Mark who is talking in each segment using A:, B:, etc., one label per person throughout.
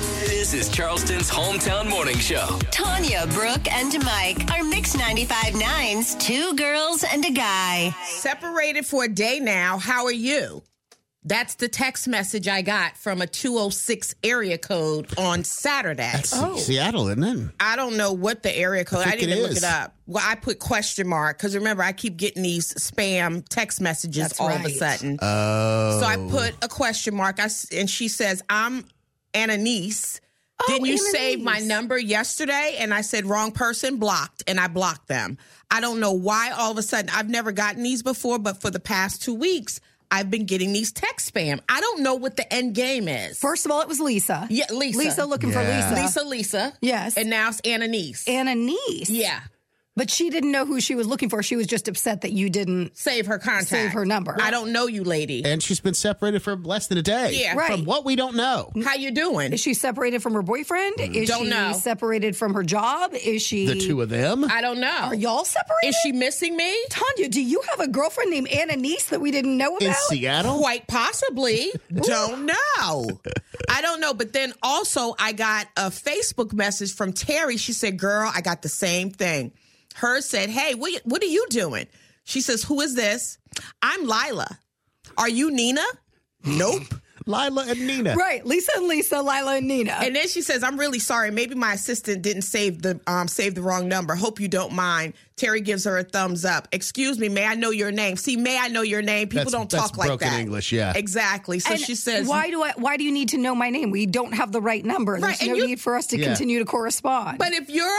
A: This is Charleston's hometown morning show.
B: Tanya, Brooke, and Mike are Mix 95.9's two girls and a guy.
C: Separated for a day now. How are you? That's the text message I got from a 206 area code on Saturday.
D: Seattle, isn't it?
C: I don't know what the area code. I,
D: think
C: didn't
D: it
C: look
D: is.
C: it up. Well, I put question mark because remember I keep getting these spam text messages all of a sudden.
D: Oh.
C: So I put a question mark. I s and she says, "I'm Ananice.
E: Oh,
C: Didn't you save my number yesterday?" And I said, "Wrong person, blocked." And I blocked them. I don't know why all of a sudden I've never gotten these before, but for the past two weeks I've been getting these text spam. I don't know what the end game is.
E: First of all, it was Lisa.
C: Yeah, Lisa.
E: Lisa looking
D: Yeah.
E: for Lisa.
C: Lisa, Lisa,
E: Yes.
C: and now it's Ananice.
E: And a niece.
C: yeah,
E: But she didn't know who she was looking for. She was just upset that you didn't.
C: save her contact.
E: Save her number.
C: I don't know you, lady.
D: And she's been separated for less than a day.
C: Yeah.
E: Right.
D: From what we don't know.
C: How you doing?
E: Is she separated from her boyfriend? Is
C: Don't
E: she
C: know.
E: separated from her job? Is she.
D: Mm. The two of them.
C: I don't know.
E: Are y'all separated?
C: Is she missing me?
E: Tanya, do you have a girlfriend named Anna Niece that we didn't know
D: in
E: about?
D: Seattle?
C: Quite possibly. don't know. I don't know. But then also, I got a Facebook message from Terry. She said, Girl, I got the same thing. Hers said, Hey, what, what are you doing? She says, Who is this? I'm Lila. Are you Nina? Nope.
D: Lila and Nina.
E: Right. Lisa and Lisa, Lila and Nina.
C: And then she says, "I'm really sorry. Maybe my assistant didn't save the um, save the wrong number. Hope you don't mind." Terry gives her a thumbs up. Excuse me, may I know your name? See, may I know your name? People
D: That's-
C: don't
D: that's
C: talk like
D: broken
C: that.
D: English, yeah.
C: exactly. So
E: And
C: she says,
E: why do I? Why do you need to know my name? We don't have the right number.
C: Right,
E: There's
C: and
E: no
C: you-
E: need for us to
D: Yeah.
E: continue to correspond.
C: "But if your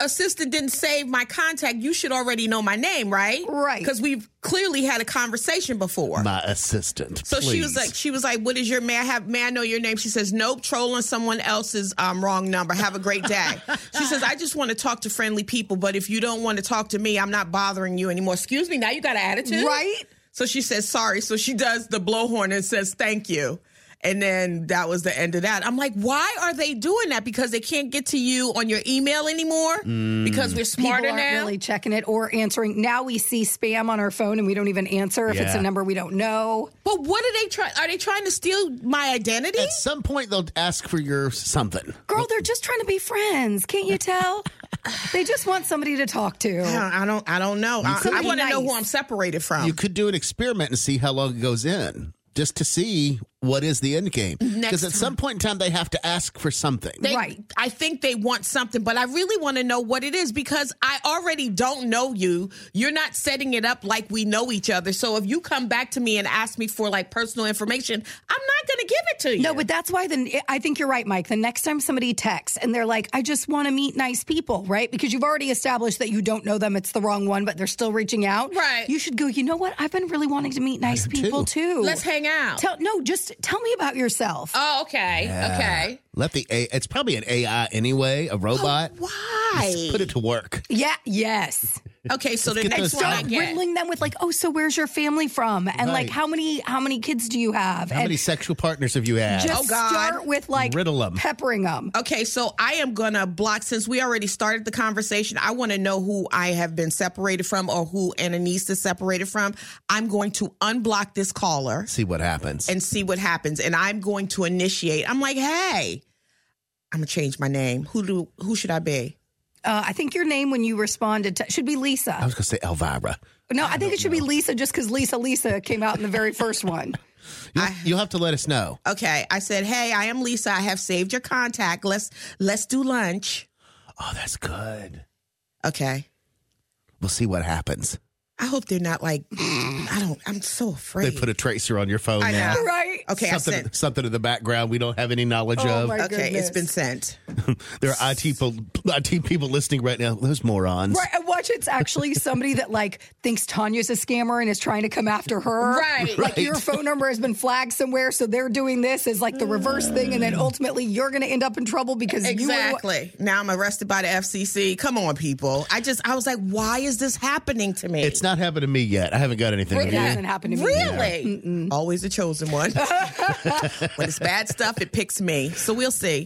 C: assistant didn't save my contact, you should already know my name, right?
E: Right.
C: Because we've clearly had a conversation before."
D: My assistant.
C: so she was
D: please.
C: like, she was like, "What is your may I have may I know your name?" She says, "Nope, trolling someone else's um, wrong number. Have a great day." she says, "I just want to talk to friendly people, but if you don't want to talk to me, I'm not bothering you anymore." Excuse me, now you got an attitude,
E: right?
C: So she says, "Sorry." So she does the blowhorn and says, "Thank you." And then that was the end of that. I'm like, why are they doing that? Because they can't get to you on your email anymore. Because we're smarter
E: people aren't
C: now.
E: really checking it or answering. Now we see spam on our phone and we don't even answer if it's
D: Yeah.
E: a number we don't know.
C: but what are they trying? Are they trying to steal my identity?
D: At some point, they'll ask for your something.
E: Girl, they're just trying to be friends. Can't you tell? they just want somebody to talk to.
C: I don't. I don't know. I,
E: Somebody
C: want to know who
E: nice.
C: I'm separated from.
D: You could do an experiment and see how long it goes in, just to see what is the end game. Because at some point in time, they have to ask for something.
C: They-
E: Right.
C: I think they want something, but I really want to know what it is because I already don't know you. You're not setting it up like we know each other. So if you come back to me and ask me for like personal information, I'm not going to give it to you.
E: No, but that's why the I think you're right, Mike. The next time somebody texts and they're like, "I just want to meet nice people," right? Because you've already established that you don't know them; it's the wrong one, but they're still reaching out.
C: Right.
E: You should go. You know what? I've been really wanting to meet nice
D: do
E: people too.
C: let's hang out.
E: Tell no, just tell me about yourself.
C: oh, okay. Okay.
D: Let the A, it's probably an AI anyway, a robot.
C: Why?
D: Put it to work.
E: yeah. Yes.
C: Okay, so the
D: get
C: next
D: those
C: one I
D: out.
C: get.
E: riddling them with like, oh, so where's your family from? And
D: Right.
E: like, how many how many kids do you have?
D: How
E: and
D: many sexual partners have you had?
E: just
C: Oh, God.
E: start with like
D: Riddle 'em.
E: peppering them.
C: Okay, so I am gonna block since we already started the conversation. I want to know who I have been separated from or who Ananise is separated from. I'm going to unblock this caller.
D: see what happens.
C: and see what happens. And I'm going to initiate. I'm like, hey, I'm gonna change my name. Who do who should I be?
E: Uh, I think your name when you responded to, should be Lisa.
D: I was going to say Elvira.
C: Oh,
E: no, I, think it should be Lisa just because Lisa Lisa came out in the very first one.
D: You'll, you'll have to let us know.
C: Okay. I said, hey, I am Lisa. I have saved your contact. Let's let's do lunch.
D: Oh, that's good.
C: Okay.
D: We'll see what happens.
C: I hope they're not like I don't I'm so afraid.
D: They put a tracer on your phone
C: I
D: now.
C: know.
E: Right.
C: okay, I
D: Something,
C: sent
D: something in the background we don't have any knowledge
E: Oh,
D: of.
E: my
C: Okay, it's
E: goodness.
C: been sent.
D: There are IT people, IT people listening right now. Those morons.
E: Right, and watch it's actually somebody that like thinks Tanya's a scammer and is trying to come after her.
C: Right.
E: Like your phone number has been flagged somewhere, so they're doing this as like the reverse thing, and then
C: Mm.
E: ultimately you're gonna end up in trouble because you were
C: Exactly. Now I'm arrested by the FCC. Come on, people. I just I was like, why is this happening to me?
D: It's not happened to me yet. I haven't got anything.
E: It
D: to
E: hasn't happened to me.
C: Really? Always the chosen one. when it's bad stuff, it picks me. So we'll see.